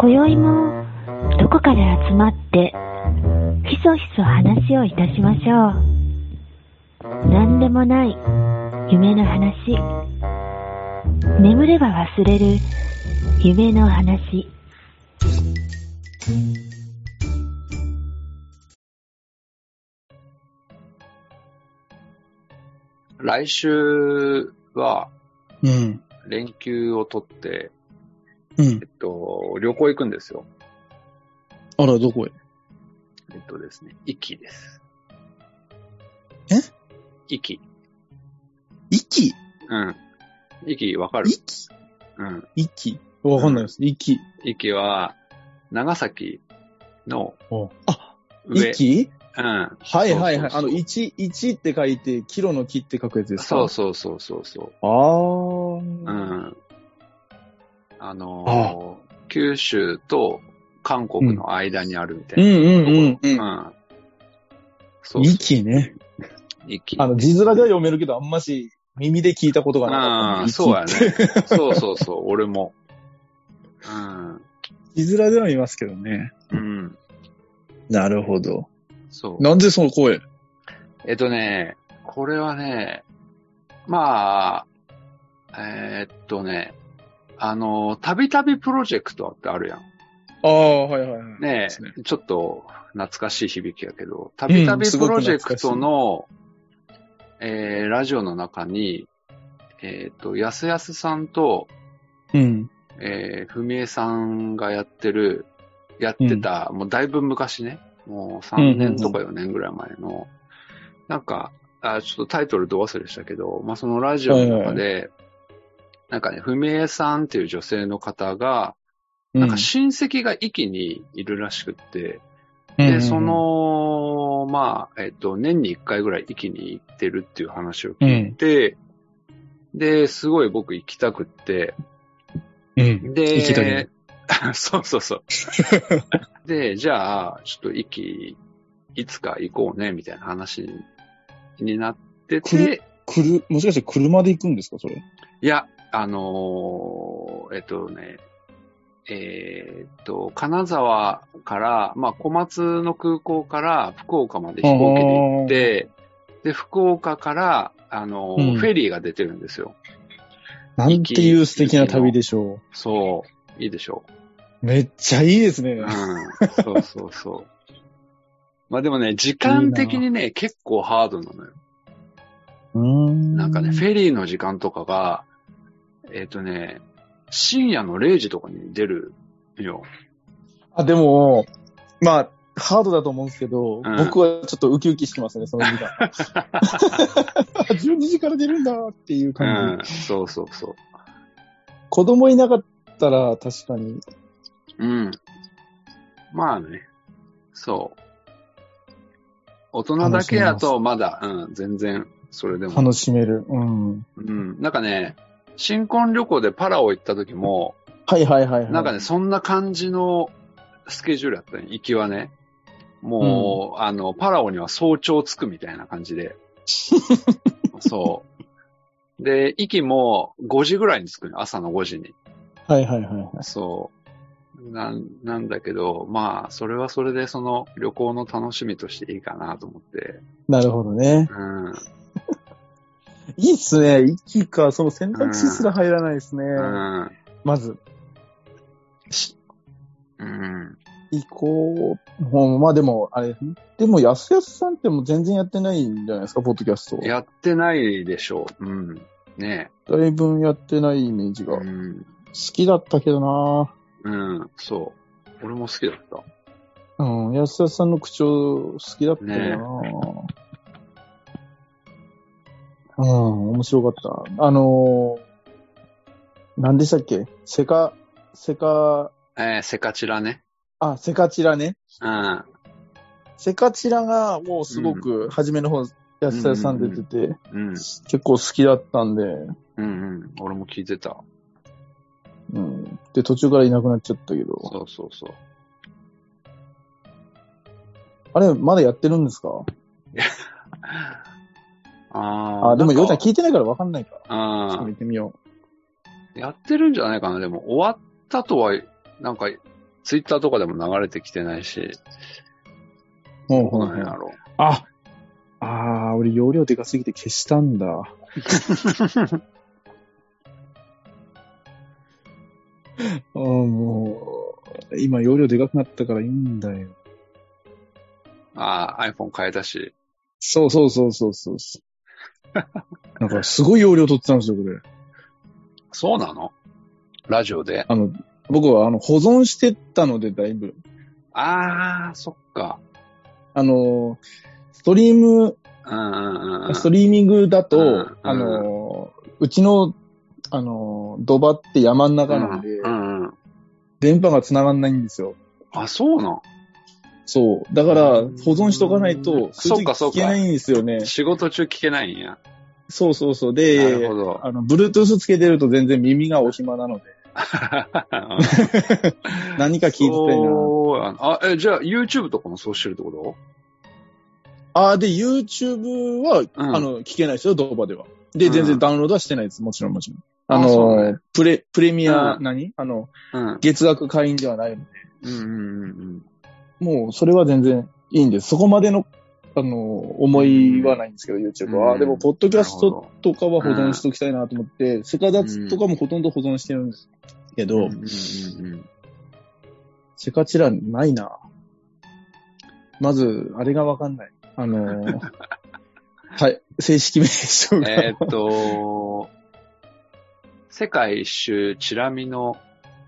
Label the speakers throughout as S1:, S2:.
S1: 今宵もどこかで集まってひそひそ話をいたしましょう何でもない夢の話眠れば忘れる夢の話
S2: 来週は
S3: うん。
S2: 連休を取って、
S3: うん
S2: えっ。と、旅行行くんですよ。
S3: あら、どこへ
S2: えっとですね、壱岐です。
S3: え
S2: 壱岐。
S3: 息
S2: うん。壱岐わかる
S3: 息
S2: うん。
S3: 息わかんないです。息。
S2: 壱岐は、長崎の
S3: あ、
S2: 上。
S3: 息
S2: うん。
S3: はいはいはい。
S2: そうそうそう
S3: あの、1、1って書いて、キロの木って書くやつですか。
S2: そうそうそうそうそう
S3: あ
S2: う。う
S3: ー。
S2: ん。あのー九州と韓国の間にあるみた
S3: う
S2: いな。
S3: んうんうん
S2: う
S3: うん。
S2: ん。そうそう。
S3: 息ね。
S2: 壱岐。
S3: あの、字面では読めるけど、あんまし耳で聞いたことがなかっ
S2: う
S3: た
S2: んん、
S3: で。
S2: そうや
S3: ね。
S2: ね。そうそうそう、俺も。うん。
S3: 字面では見ますけどね。
S2: うん。
S3: なるほど。
S2: そう。
S3: なんでその声
S2: えっとね、これはね、まあ、えーっとね、あの、たびたびプロジェクトってあるやん。
S3: ああ、はいはいは
S2: ね
S3: い。ですね
S2: え、ちょっと懐かしい響きやけど、たびたびプロジェクトの、えーラジオの中に、えーっと、やすやすさんと、
S3: うん。
S2: えー、ふみえさんがやってる、やってた、もうだいぶ昔ね、もう3年とか4年ぐらい前の、なんかあ、ちょっとタイトルど忘れしたけど、まあ、そのラジオの中で、なんかね、ふみえさんっていう女性の方が、なんか親戚が域にいるらしくって、
S3: うん、う
S2: で、
S3: ん
S2: そ、の、まあ、えっと、年に1回ぐらい域に行ってるっていう話を
S3: うん
S2: 聞いて、で、すごい僕行きたくって、
S3: うん。
S2: で、
S3: 行きたい
S2: そうそう そう。で、じゃあ、ちょっと息、いつか行こうね、みたいな話にになって
S3: くる
S2: て、
S3: くる、もしかして車で行くんですかそれ。
S2: いや、あのーえっとね、えーっと、金沢から、まあ、小松の空港から福岡まで飛行機で行って、で、福岡から、あのー
S3: うん
S2: フェリーが出てるんですよ。
S3: なんていう素敵な旅でしょ
S2: そう。いいでしょう。
S3: う。めっちゃいいですね。
S2: うんそうそうそう。まあでもね、時間的にね、結構ハードなのよ。
S3: うん
S2: なんかね、フェリーの時間とかが、えっ、とね、深夜の0時とかに出るよ。
S3: あ、でも、まあ、ハードだと思うんですけ
S2: う
S3: ど、
S2: ん
S3: 僕はちょっとウキウキしてますね、その時間。12時から出るんだって いう
S2: う
S3: 感じ。
S2: ん、そうそうそう。
S3: 子供いなかったら確かに。
S2: うん。まあね、そう。大人だけやとまだ、うん、全然、それでも。
S3: 楽しめる。うん。
S2: うん、なんかね、新婚旅行でパラオ行った時も、
S3: はいはいはい、はい。
S2: なんかね、、そんな感じのスケジュールだったね、行きはね。もう、あの、パラオには早朝着くみたいな感じ で。そう。で、息も5時ぐらいに着くの、朝の5時に。
S3: はいはいはいはい。
S2: そう。なん、なんだけど、まあ、それはそれでその旅行の楽しみとしていいかなと思って。
S3: なるほどね。
S2: うん。
S3: いいっすね。息か、その選択肢すら入らないですね。
S2: うん。
S3: まず、
S2: うん。
S3: 行こう。ほんまあでも、あれ、でも、やすやすさんってもう全然やってないんじゃないですか、ポッドキャスト。
S2: やってないでしょう。うん。ね
S3: だいぶやってないイメージ
S2: え。
S3: が。
S2: う
S3: 好
S2: ん。
S3: きだったけどな
S2: うん。そう。俺も好きだった。
S3: うん、安田さんの口調好きだったよな、うん、面白かった。あのー、何でしたっけセカ、セカ、
S2: えー、セカチラね。
S3: あ、セカチラね。
S2: うん。
S3: セカチラがもうすごく、初めの方、安田さん出てて、
S2: うん。
S3: 結構好きだったんで、
S2: うんうん。俺も聞いてた。
S3: うん。で、途中からいなくなっちゃったけど。
S2: そうそうそう。
S3: あれ、まだやってるんですか
S2: あ
S3: あ、でも、ようちゃん
S2: い
S3: 聞いてないからわかんないから。ちょっと
S2: あ
S3: 見てみよ
S2: やってるんじ終わったとは、なんか、ツイッターとかでも流れてきてないし、
S3: ほう
S2: ど
S3: ほ
S2: う
S3: う
S2: な
S3: ほ
S2: んや
S3: う。
S2: ろ
S3: あああ、俺容量でかすぎて消した んだ。あーもう、今容量でかくなったからいいんだよ。
S2: う。ああ、iPhone 変えたし。
S3: そうそうそうそうそうそう。なんかすごい容量取ってたんですよ、これ。
S2: そうなのラジオで。
S3: あの、僕はあの保存してったので、だいぶ。
S2: ああ、そっか。
S3: あの、ストリーム、
S2: うんうんうん。
S3: ストリーミングだと、
S2: うん
S3: あの、うちの、あの、土場って山の中なんで、
S2: うんうん。
S3: 電波が繋がんないんですよ。
S2: あ、そうなん。
S3: そう。だから、保存しとかないと、
S2: そうかそうか
S3: 聞けないんですよね。
S2: 仕事中聞けないんや。
S3: そうそうそう。
S2: なる
S3: で
S2: ほ、ど。
S3: あの、Bluetooth つけてると全然耳がお暇なので、何か聞いてたいな。
S2: そうやなあ、え、じゃあ YouTube とかもそうしてるってこと
S3: あーで、YouTube は、
S2: うん
S3: あの、聞けないですよ、動画では。で、
S2: うん
S3: 全然ダウンロードはしてないです。もちろん、もちろん。
S2: あ
S3: あ
S2: そ
S3: の、
S2: うね
S3: プレ、プレミア、
S2: う
S3: 何あの、
S2: うん。
S3: 月額会員ではないので。
S2: うんうんうんうん。
S3: もう、それは全然いいんです。そこまでの、あの、思いはないんですけど、YouTube は。
S2: うん
S3: でも、ポッドキャス
S2: なるほ
S3: トとかは保存しときたいなと思って、セカダツとかもほとんど保存してるんですけど、
S2: うんうんうんうん
S3: セカチラないな。まず、あれがわかんない。あの ーはい、正式名称が。
S2: えーっと、世界一周チラミの、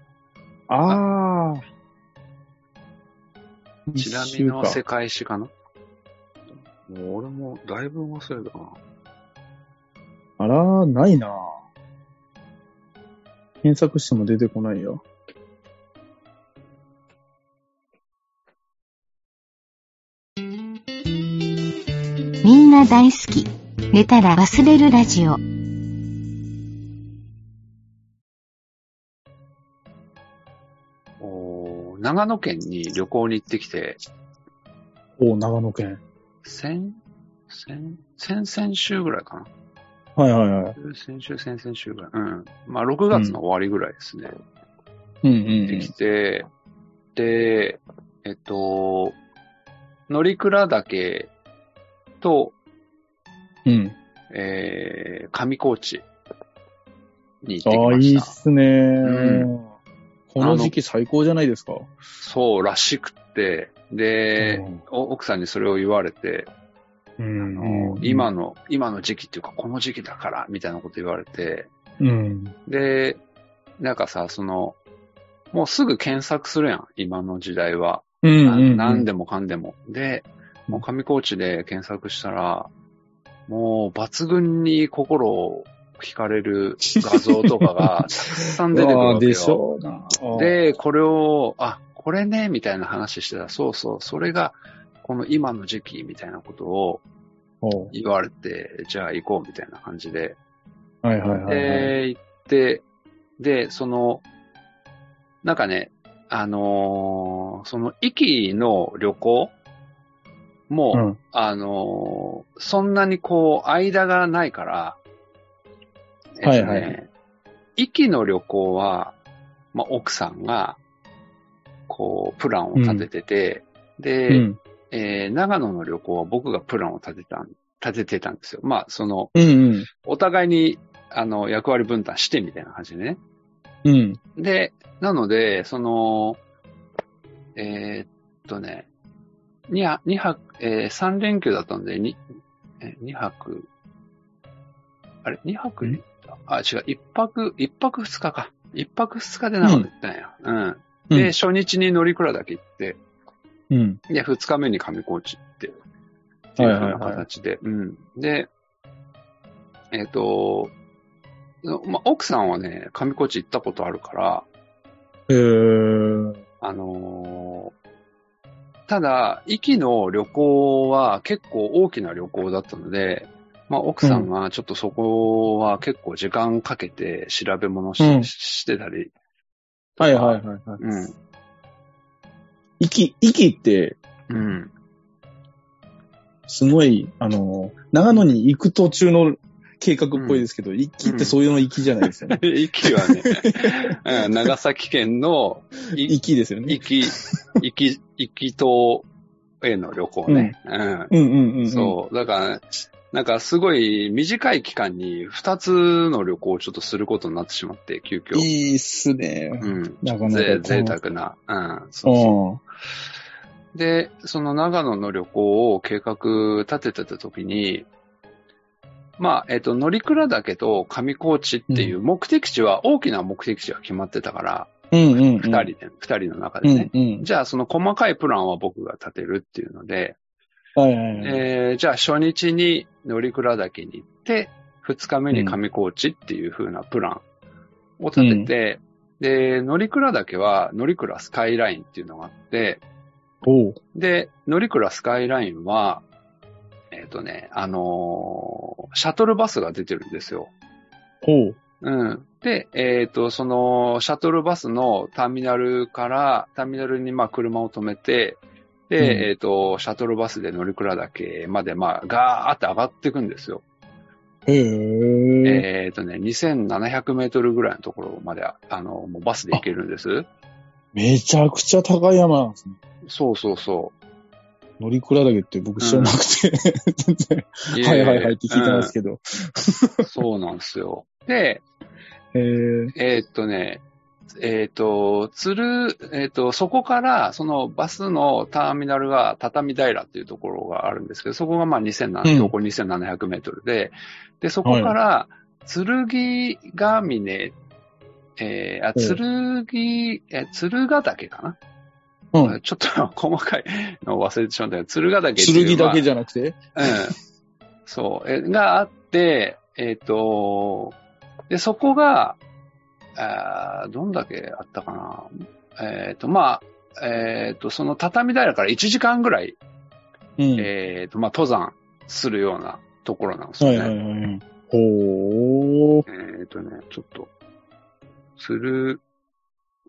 S3: ああ。
S2: チラ
S3: 一
S2: ミ
S3: 週
S2: の
S3: か
S2: 世界史かなもう俺もだいぶ忘れたな。
S3: あら、ないな。検索しても出てこないよ。
S1: みんな大好き。寝たら忘れるラジオ。
S2: おー長野県に旅行に行ってきて、
S3: お長野県。
S2: 先、先、先々週ぐらいかな。
S3: はいはいはい。
S2: 先週、先々週ぐらい。うん。まあ、6月の終わりぐらいですね。
S3: うん
S2: 行ってきて、で、えっと、乗鞍岳と、
S3: うん。うん。
S2: えー、上高地に行ってき
S3: ああ、
S2: ま
S3: い
S2: し
S3: い
S2: た。
S3: っすね、
S2: ん
S3: この時期最高じゃないですか。
S2: そうらしくって、で、お奥さんにそれを言われて、あ
S3: うん
S2: の、今の、今の時期っていうか、この時期だから、みたいなこと言われて、
S3: うん。
S2: で、なんかさ、その、もうすぐ検索するやん、今の時代は。
S3: うんうん
S2: な
S3: うん。
S2: 何でもかんでも。で、もう上高地で検索したら、もう抜群に心を惹かれる画像とかがたくさん出てくる
S3: あ
S2: わ
S3: あ
S2: け
S3: で
S2: よ。
S3: しょ うな。あー、
S2: で、これを、あ、これね、みたいな話してたら、そうそう、それが、この今の時期みたいなことを
S3: おう
S2: 言われて、じゃあ行こうみたいな感じで、
S3: はいはいはいはい。
S2: で、行って、で、その、なんかね、あのーその、駅の旅行も、
S3: うん
S2: あのーそんなにこう、間がないから、えっと
S3: はいはい
S2: 息の旅行は、まあ、奥さんが、こう、プランを立ててて、で、
S3: うん。
S2: えー長野の旅行は僕がプランを立てたん、立ててたんですよ。まあ、その、
S3: うんうん。
S2: お互いに、あの、役割分担してみたいな感じでね。
S3: うん。
S2: で、なので、その、えーっとね、2泊、二泊、え3連休だったんで、2、え二泊、あれ ?2 泊
S3: ん
S2: あ、違う、1泊、一泊2日か。1泊2日で長野行ったんや。うん。
S3: うん
S2: で、初日に乗鞍岳行って、
S3: うん。
S2: で、2日目に上高地行って、っていうふうな形で。うん。で、えっ、と、まあ、奥さんはね、上高地行ったことあるから、
S3: えー、
S2: あのーただ、息の旅行は結構大きな旅行だったので、まあ、奥さんがちょっとそこは結構時間かけて調べ物し,、
S3: うん
S2: してたり、
S3: はいはいはいはい。
S2: うん。
S3: 息、息って、
S2: うん。
S3: すごい、あの、長野に行く途中の計画っぽいですけど、一気ってそういうの行きじゃないですよね。
S2: 一気はね、うん長崎県のい
S3: 行きですよね。
S2: 行き、行き、行き島への旅行ね。うん
S3: うんうんうん。
S2: そう。だから、なんかすごい短い期間に二つの旅行をちょっとすることになってしまって、急遽。
S3: いいっすね。
S2: うん。
S3: なかなか
S2: ぜ
S3: 楽し
S2: 贅沢な。うん。そうそう。で、その長野の旅行を計画立ててた時に、まあ、えっ、と、乗鞍岳と上高地っていう目的地は、大きな目的地が決まってたから、
S3: うんうんうん。
S2: 二、人で、二人の中で
S3: う
S2: ね。
S3: んうん。
S2: じゃあ、その細かいプランは僕が立てるっていうので、
S3: はいはいはい。
S2: えーじゃあ初日に乗鞍岳に行って、二日目に上高地っていう風なプランを立てて、で、乗鞍岳は乗鞍スカイラインっていうのがあって、
S3: おう。
S2: で、乗鞍スカイラインは、えっ、とね、あのーシャトルバスが出てるんですよ。
S3: おう。
S2: うん。で、えっ、と、その、シャトルバスのターミナルから、ターミナルにまあ車を止めて、で、
S3: うん
S2: えっ、と、シャトルバスで乗鞍岳までまあガーって上がっていくんですよ。
S3: へえ。
S2: えっ、とね、2700メートルぐらいのところまで、あの、もうバスで行けるんです。
S3: めちゃくちゃ高い山なんですね。
S2: そうそうそ
S3: 乗り倉だけって僕知らなくて、全然、
S2: う。いえ
S3: はいはいはいって聞いてますけど。
S2: うんそうなんですよ。で、
S3: へえ。
S2: えーっとね、えーっと、鶴、えーっと、そこから、そのバスのターミナルが畳平っていうところがあるんですけど、そこがまあ2700、
S3: うん
S2: 標高2700メートルで、で、そこから、剣ヶ峰、えーあ、剣、え、鶴ヶ岳か
S3: う
S2: な、
S3: ん。
S2: ちょっと細かいのを忘れてしまったけど、鶴ヶ岳っていう
S3: 剣
S2: のは
S3: だけじゃなくて
S2: うん。そう、えがあって、えっ、と、で、そこが、あーどんだけあったかな。えっ、と、まあ、えっ、と、その畳平から1時間ぐらい、
S3: うん。
S2: えっ、と、まあ、登山するようなところなんですよ
S3: は
S2: ね。
S3: いはいはい。ほー。
S2: えっ、とね、ちょっと、つる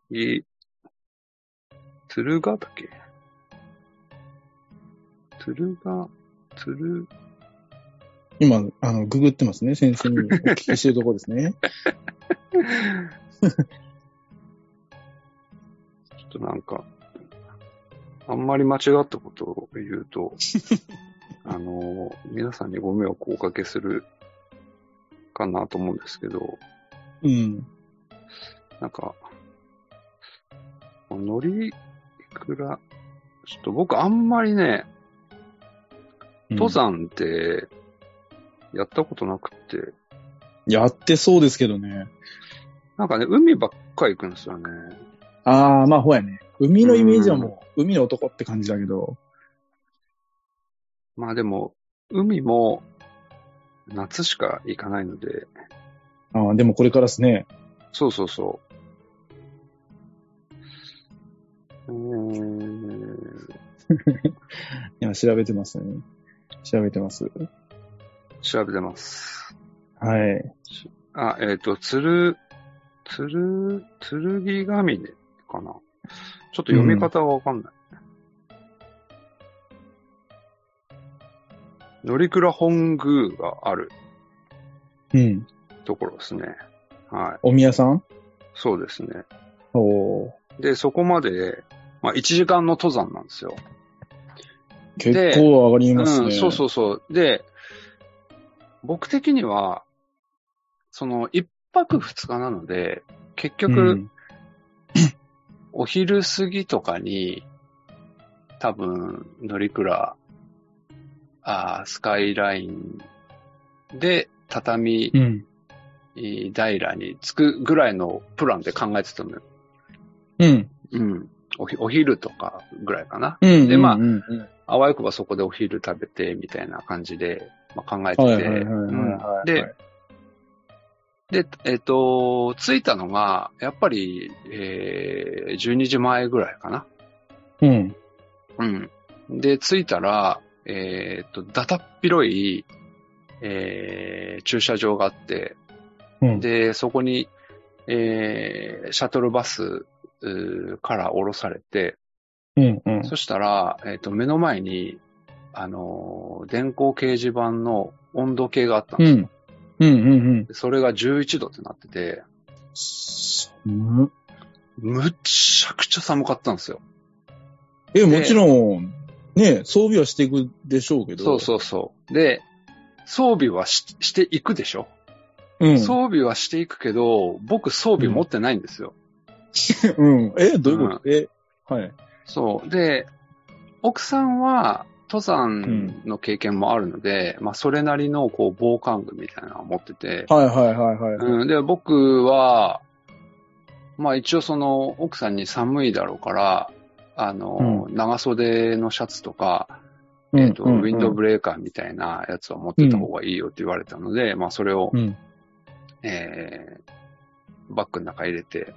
S2: ぎ、つるが岳つるが、つる、
S3: 今、あの、ググってますね。先生にお聞きしてるところで すね。
S2: ちょっとなんか、あんまり間違ったことを言うと、あの、皆さんにご迷惑をおかけするかなと思うんですけど、
S3: うん。
S2: なんか、乗りいくら、ちょっと僕あんまりね、登山って、やったことなくって、
S3: やってそうですけどね。
S2: なんかね、海ばっかり行くんですよね。
S3: あー、まあ、ほやね。海のイメージはもう、海の男って感じだけど。
S2: まあでも、海も、夏しか行かないので、
S3: あーでもこれからですね。
S2: そうそうそう。うーん
S3: いや、調べてますね。調べてます。
S2: 調べてます。
S3: はい。
S2: あ、えっ、と、つる、つる、つるぎがみねかな。ちょっと読み方がわかんない。乗鞍本宮がある
S3: うん。
S2: ところですね。は
S3: お宮さん
S2: い。そうですね。
S3: おー。
S2: で、そこまで、まあ、1時間の登山なんですよ。
S3: 結構上がりますね。
S2: うん、そうそうそう。で、僕的には、その、一泊二日なので、結
S3: う
S2: 局、
S3: ん
S2: お昼過ぎとかに、多分、乗鞍、あースカイラインで、畳
S3: うん。
S2: 平に着くぐらいのプランで考えてたのよ。
S3: うん。
S2: うん。おひお昼とかぐらいかな。
S3: うん。
S2: でまあ
S3: うん。
S2: あわよくばそこでお昼食べて、みたいな感じで、まあ、考えて
S3: はい
S2: て。
S3: はいはいはい。
S2: で、、で、えっ、と、着いたのが、やっぱり、えー、12時前ぐらいかな。
S3: うん。
S2: うん。で、着いたら、えーっと、だたっ広い、えー、駐車場があって、
S3: うん。
S2: で、そこに、えー、シャトルバスうーから降ろされて、
S3: うん。うん。
S2: そしたら、えーっと、目の前に、あのー電光掲示板の温度計があったん
S3: う
S2: ですよ。
S3: ん。うんうん
S2: それが11度ってなってて、
S3: うん。
S2: むちゃくちゃ寒かったんですよ。
S3: え、もちろん、ね、装備はしていくでしょうけど。
S2: そうそうそう。で、装備はししていくでしょ、
S3: う。うん。
S2: 装備はしていくけど、僕装備持ってないんですよ。
S3: うん。え、どういうこと、え、はい。
S2: そう。で、奥さんは登山の経験もあるので、まあそれなりのこう防寒具みたいなのを持ってて、
S3: はいはいはいはい。
S2: うん、で、僕は、まあ一応その奥さんに寒いだろうから、あの、長袖のシャツとか、えっと、ウィンドウブレーカーみたいなやつを持ってた方がいいよって言われたので、まあそれを、
S3: うん。
S2: えー、バッグの中入れて、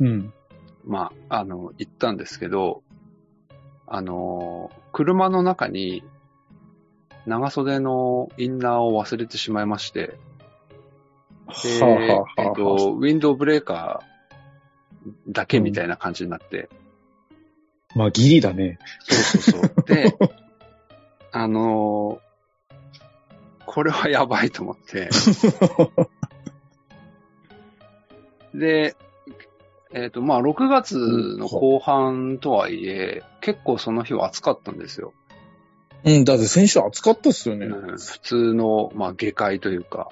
S3: うん。
S2: まあ、あの、行ったんですけど、あの、車の中に長袖のインナーを忘れてしまいまして、で、
S3: はあはあはあ
S2: えっと、ウィンドウブレーカーだけみたいな感じになって、
S3: まあ、ギリだね。
S2: そうそうそう。で、あのこれはやばいと思って、で、えっ、と、まあ、6月の後半とはいえ、結構その日は暑かったんですよ。
S3: うん、だって先週暑かったっすよね。
S2: うん普通の、まあ、下界というか、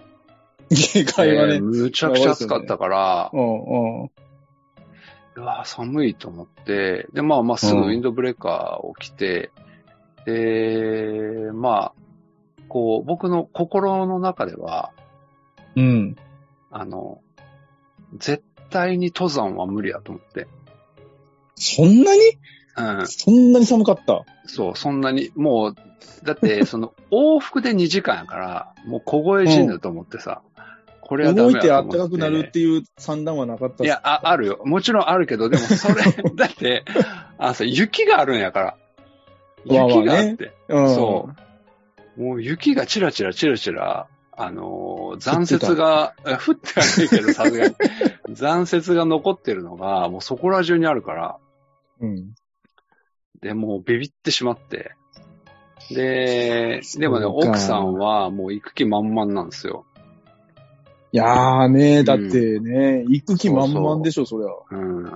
S3: 下界は
S2: えー
S3: ね。
S2: むちゃくちゃ暑かったから、
S3: うんうん。
S2: うわー寒いと思って、で、まあまあすぐウィンドブレーカーを着て、で、まあ、こう、僕の心の中では、
S3: うん。
S2: あの、絶対に登山は無理だと思って。
S3: そんなに
S2: うん。
S3: そんなに寒かった。
S2: そう、そんなに、もう、だ って、その、往復で2時間やから、もう凍え死ぬと思ってさ、これはダ
S3: 動
S2: メ
S3: い
S2: だ
S3: て
S2: と思
S3: 暖
S2: って。
S3: かくなるっていう算段はなかったっす
S2: いや、あ、あるよ。もちろんあるけど、でもそ れ、だって、あ、そう、雪があるんやから。
S3: わあわあね
S2: 雪があって。
S3: うん。
S2: そもう雪がチラチラチラチラ、あのー残雪が、 え降ってはないけど、さすがに。残雪が残ってるのが、もうそこら中にあるから、
S3: う。うん。
S2: で、もうビビってしまって。で、でもね、
S3: そうか
S2: 奥さんはもう行く気満々なんですよ。
S3: いやーね、だってね、行く気満々でしょ、そりゃ。
S2: うん。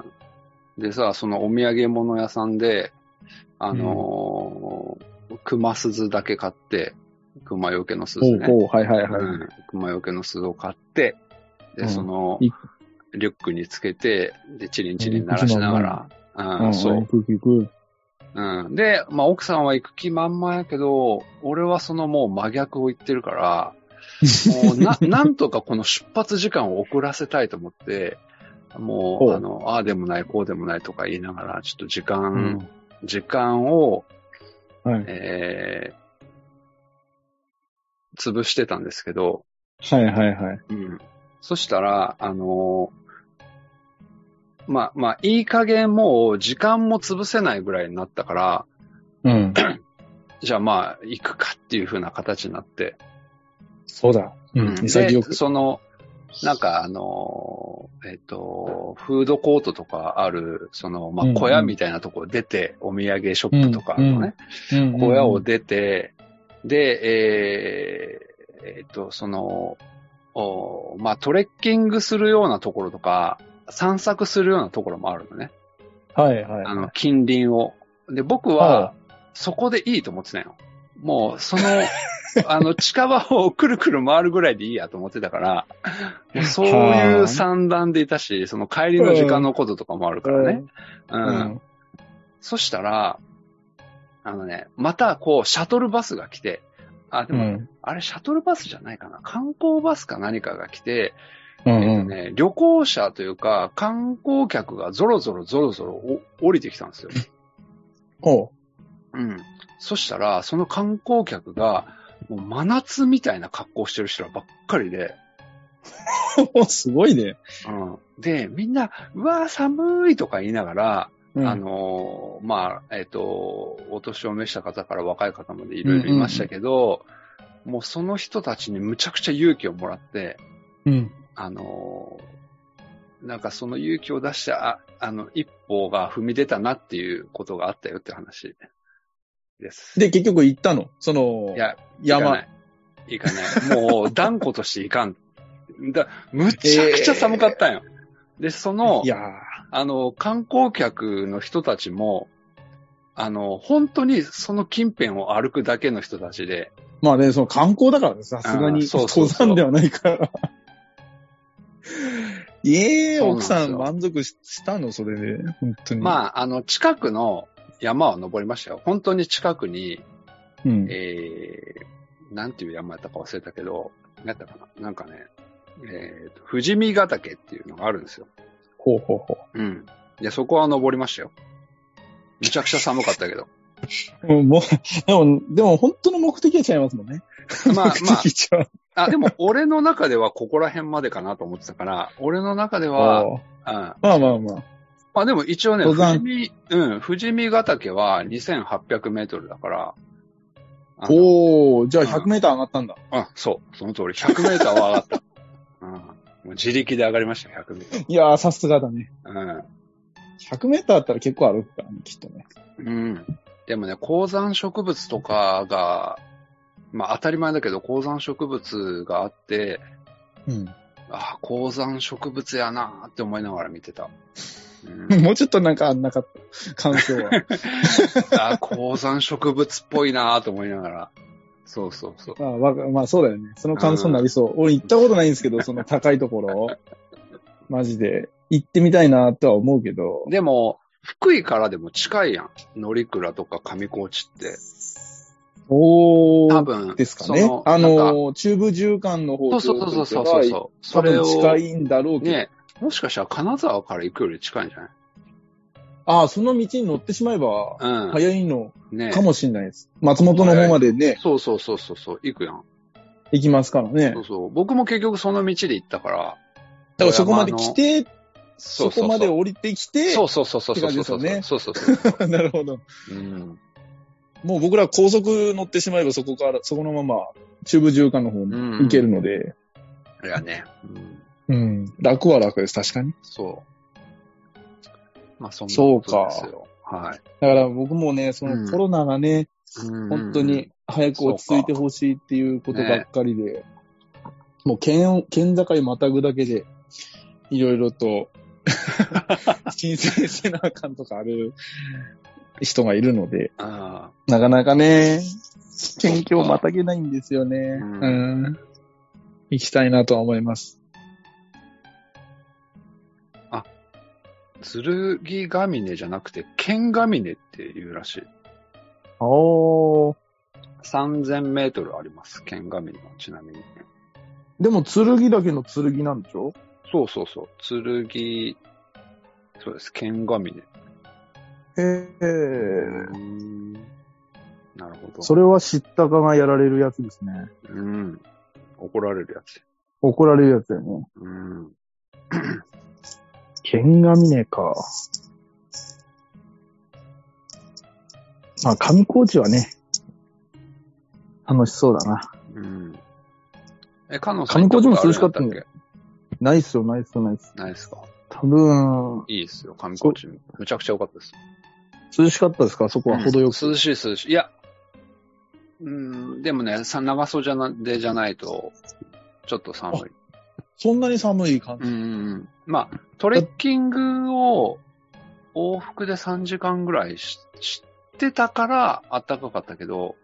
S2: でさ、そのお土産物屋さんで、あのー熊鈴だけ買って、熊よけの鈴ね。
S3: ほうほう、はいはいはい。
S2: うん、熊よけの鈴を買って、で、
S3: うん
S2: その
S3: い、
S2: リュックにつけて、で、チリンチリン鳴らしながら、うん、
S3: うん
S2: そ
S3: 行
S2: う。
S3: く行く。
S2: うん。で、まあ、奥さんは行く気満々やけど、俺はそのもう真逆を言ってるから、もう な、なんとかこの出発時間を遅らせたいと思って、も
S3: ほ
S2: う、
S3: う
S2: あの、ああでもない、こうでもないとか言いながら、ちょっと時間、
S3: うん
S2: 時間を、
S3: はい。
S2: えー、潰してたんですけど、
S3: はいはいはい。
S2: うん。そしたら、あのーまあ、まあ、いい加減もう時間も潰せないぐらいになったから、
S3: うん。
S2: じゃあまあ、行くかっていう風な形になって。
S3: そうだ。う
S2: うん
S3: ん。潔
S2: で、
S3: く。
S2: その、なんかあのーえっ、と、フードコートとかある、その、ま
S3: うん
S2: あ、
S3: うん
S2: 小屋みたいなとこ出て、お土産ショップとかのね、小屋を出て、で、えーえーっと、その、おーまあ、トレッキングするようなところとか、散策するようなところもあるのね。
S3: はいはい。
S2: あの、近隣を。で、僕は、そこでいいと思ってたよ。もう、その、 あの、近場をくるくる回るぐらいでいいやと思ってたから、 もうそうい
S3: は
S2: う
S3: あ
S2: 算段でいたし、その帰りの時間のこととかもあるからね。うん
S3: うん。
S2: そしたら、あのね、またこう、シャトルバスが来て、あ、で
S3: う
S2: も、
S3: ん。
S2: あれシャトルバスじゃないかな観光バスか何かが来て、
S3: う
S2: えっと
S3: ん。
S2: ね、旅行者というか、観光客がゾロゾロゾロゾロお降りてきたんですよ。
S3: ほ
S2: うん。そしたら、その観光客が、もう真夏みたいな格好してる人らばっかりで、
S3: う。 すごいね。
S2: うん。で、みんな、うわー寒いとか言いながら、あのーまあ、えっ、と、お年を召した方から若い方までいろいろいましたけど、もうその人たちにむちゃくちゃ勇気をもらって、
S3: うん。
S2: あのーなんかその勇気を出して、あ、あの、一歩が踏み出たなっていうことがあったよって話です。
S3: で、結局行ったのその
S2: い、や、行かな
S3: 山。
S2: いいかない。もう断固としていかん。 だむちゃくちゃ寒かったんよ。で、その
S3: い、や
S2: あの、観光客の人たちも、あの、本当にその近辺を歩くだけの人たちで、
S3: ーまあね、その観光だからね、さすが
S2: あ
S3: に
S2: ーそうそう
S3: 登
S2: そう
S3: 山ではないから。 ええ
S2: そうなんで
S3: 奥
S2: すよ
S3: さん満足ししたのそれで、本当に。あ、
S2: まあ、あの、近くの山を登りましたよ。本当に近くに、
S3: うん。
S2: えー、なんていう山やったか忘れたけど、何やったかななんかね、えーと、富士見ヶ岳っていうのがあるんですよ。
S3: ほうほうほ
S2: うん。で、そこは登りましたよ。めちゃくちゃ寒かったけど。
S3: う。もう もう、でも、でも本当の目的は違いますもんね。
S2: まあ
S3: 目的は。
S2: まあ、あ、でも俺の中ではここら辺までかなと思ってたから、俺の中では、うん。
S3: おーまあまあまあ。
S2: まあでも一応ね、
S3: 登
S2: 富士
S3: 山
S2: 見、うん、富士見ヶ岳は2800メートルだから、あの
S3: おおじゃあ
S2: うん
S3: 100メーター上がったんだ。
S2: あ、そう、その通り、100メーターは上がった。 うん。もう自力で上がりました、100メー
S3: いやー、さすがだね。
S2: ター。うん。
S3: 100メーターあったら結構歩くからね、きっとね。
S2: うん。でもね、高山植物とかが、まあ当たり前だけど、高山植物があって、
S3: う
S2: ああ、高山植物やなーって思いながら見てた。うん、
S3: ん。もうちょっとなんかあんなかった。感想は。
S2: ああ、高山植物っぽいなーと思いながら。そうそうそう。
S3: まあ、わかまあ、そうだよね。その感想になりそう。俺行ったことないんですけど、その高いところ。マジで。行ってみたいなとは思うけど。
S2: でも、福井からでも近いやん。乗鞍とか上高地って。多
S3: おー。
S2: 分。
S3: ですかね。あ
S2: なんか
S3: のー、中部縦貫の方
S2: そうそうそうそうそう
S3: う。
S2: そう。
S3: 多
S2: それ
S3: 分
S2: を、
S3: 近いんだろうけど。
S2: ね、もしかしたら金沢から行くより近いんじゃない
S3: ああ、その道に乗ってしまえば、
S2: うん。
S3: 早いの
S2: ね
S3: かもしれないです。松本の方までね、
S2: そうそうそうそうそう、行くやん。
S3: 行きますからね
S2: そう。そう。僕も結局その道で行ったから。
S3: だからそこまで来て、
S2: そそ
S3: そう
S2: うそう、
S3: こまで降りてきて、
S2: そうそうそうそうそうそうそう、
S3: って感じです
S2: そうそうそう。
S3: なるほど。
S2: うん。
S3: もう僕ら高速乗ってしまえばそこから、そこのまま中部縦貫の方に行けるので、
S2: いやね。うん。
S3: うん、楽は楽です、確かに。
S2: そう。まあそんなことですよ。はい。
S3: だから僕もね、そ
S2: うん
S3: のコロナがね、本当に早く落ち着いてほしいっていうことばっかりで、もう県、県境またぐだけで、いろいろ と申請せなあかんとかある人がいるので、
S2: うん。あ
S3: なかなかね、県境をまたげないんですよね。
S2: ん
S3: うん。行きたいなとは思います。
S2: あ。剣ヶ峰じゃなくて、剣ヶ峰っていうらしい。
S3: おー。
S2: 3000メートルあります。剣ヶ峰は、ちなみに。
S3: でも、剣だけの剣なんでしょ
S2: そうそうそう。剣、そうです。剣ヶ峰。う
S3: へえ。
S2: ーんなるほど。
S3: それは知ったかがやられるやつですね。
S2: うん。怒られるやつ。
S3: 怒られるやつだよね。
S2: うん。
S3: 剣が峰か。まあ、上高地はね、楽しそうだな。
S2: うん。え、かのさん。
S3: 上高地も涼しかった
S2: ん
S3: ん
S2: だ
S3: だ
S2: っ
S3: よナイスよ、ナイスよ、ナイス。
S2: けないですか
S3: 多分、
S2: いいですよ、上高地。むちゃくちゃ良かったです。
S3: 涼しかったですかそこは程よく。
S2: 涼しい涼しい。いや、うん、でもね、さ長袖じゃなでじゃないと、ちょっと寒い。
S3: そんなに寒い感
S2: うんうんうん。まあ、トレッキングを往復で3時間ぐらいし知ってたから、暖かかったけど、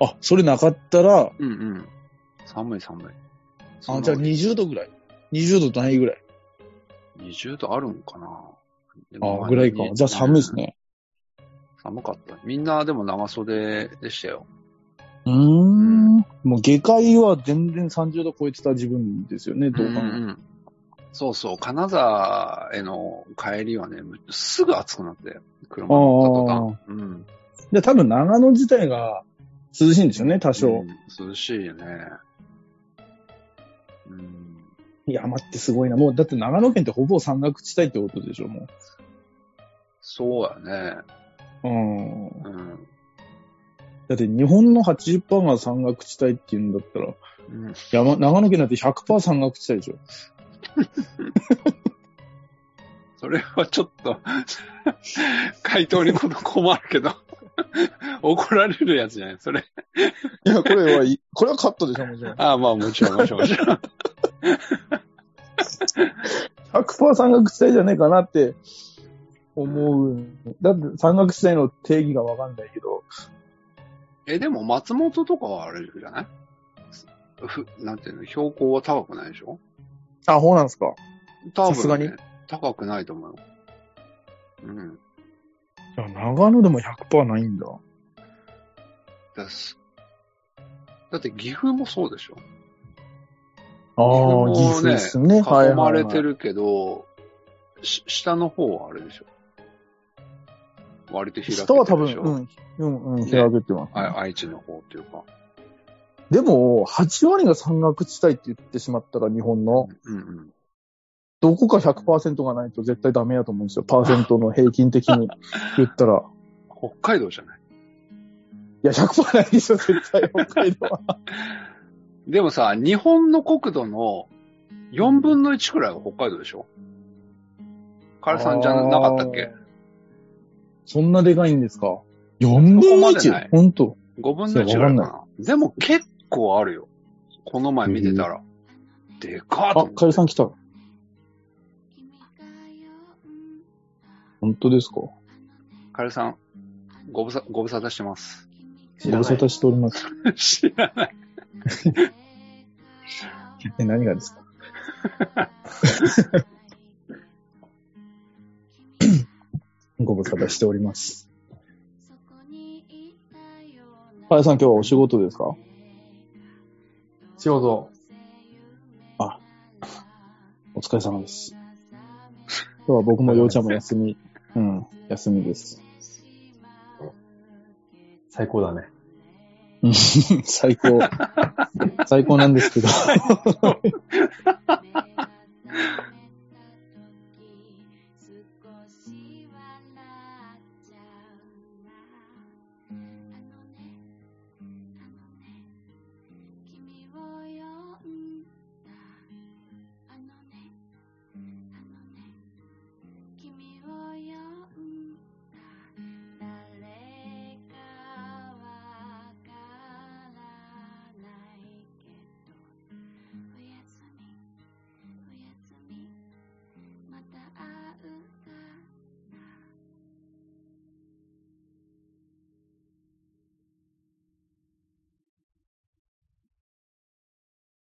S3: あ、それなかったら、
S2: うんうん。寒い寒い。そん
S3: あ
S2: な
S3: じゃあ20度ぐらい。20度ないぐらい。
S2: 20度あるんかなでもま
S3: あぐらいか。じゃあ寒いです。ね。
S2: 寒かった。みんなでも長袖でしたよ。
S3: うーん。もう下界は全然30度超えてた自分ですよね、どう考えても
S2: んんそうそう、金沢への帰りはね、むすぐ暑くなって、車乗った途端。うん。
S3: で、多分長野自体が涼しいんですよね、多少。
S2: うん涼しいよね。うん。
S3: 山ってすごいな。もう、だって長野県ってほぼ山岳地帯ってことでしょ、も
S2: そうやね。
S3: う。うん。
S2: うん。
S3: だって日本の80%が山岳地帯っていうんだったら、
S2: うん、
S3: 山、長野県なんて100%山岳地帯でしょ。
S2: それはちょっと、回答にこの困るけど。 怒られるやつじゃないそれ。
S3: いや、これはい、これはカットでしょ、もちろん。
S2: ああ、まあもち ろん、もちろん、もちろん。
S3: 100%山岳地帯じゃねえかなって思う。だって山岳地帯の定義がわかんないけど。
S2: え、でも松本とかはあれじゃないふなんていうの、標高は高くないでしょ
S3: あ、ほうなんですか。
S2: 多分、ね、
S3: さすがに
S2: 高くないと思うよ。うん。
S3: いや長野でも100%ないんだ。
S2: だしだって岐阜もそうでしょ
S3: ああ、岐
S2: 岐阜
S3: 阜
S2: もね
S3: ですね。はい
S2: 囲
S3: は
S2: ま
S3: い
S2: れ
S3: は
S2: て
S3: い。
S2: るけど、し下の方はあれでしょ割と開けてるでしょ
S3: 下は多分、うん、うん、うん、
S2: ね
S3: 開けてます。
S2: あ愛知の方っていうか。
S3: でも、8割が山岳地帯って言ってしまったら日本の、
S2: うんうん。
S3: どこか100%がないと絶対ダメやと思うんですよ。パーセントの平均的 に言ったら。
S2: 北海道じゃない。
S3: いや、100%ないでしょ、絶対、北海道は。
S2: でもさ、日本の国土の4分の1くらいは北海道でしょカラさんじゃなかったっ
S3: あー
S2: け
S3: そんなでかいんですか
S2: そ
S3: ?4
S2: こ
S3: 分の
S2: までない
S3: 1? ほんと。
S2: ?5 分の1くらいかな。でも結構あるよ。この前見てたら。でかーと
S3: あ、
S2: 思って
S3: カエルさん来た。本当ですか
S2: カエルさん、ご無さご無沙汰してます。
S3: ご無沙汰しております。
S2: 知らない。
S3: え、何がですかご無沙汰しております。カエルさん、今日はお仕事ですか
S4: 仕事。
S3: お疲れ様です。今日は僕もようちゃんも休み、うん、休みです。
S4: 最高だね。
S3: うん最高。最高なんですけど。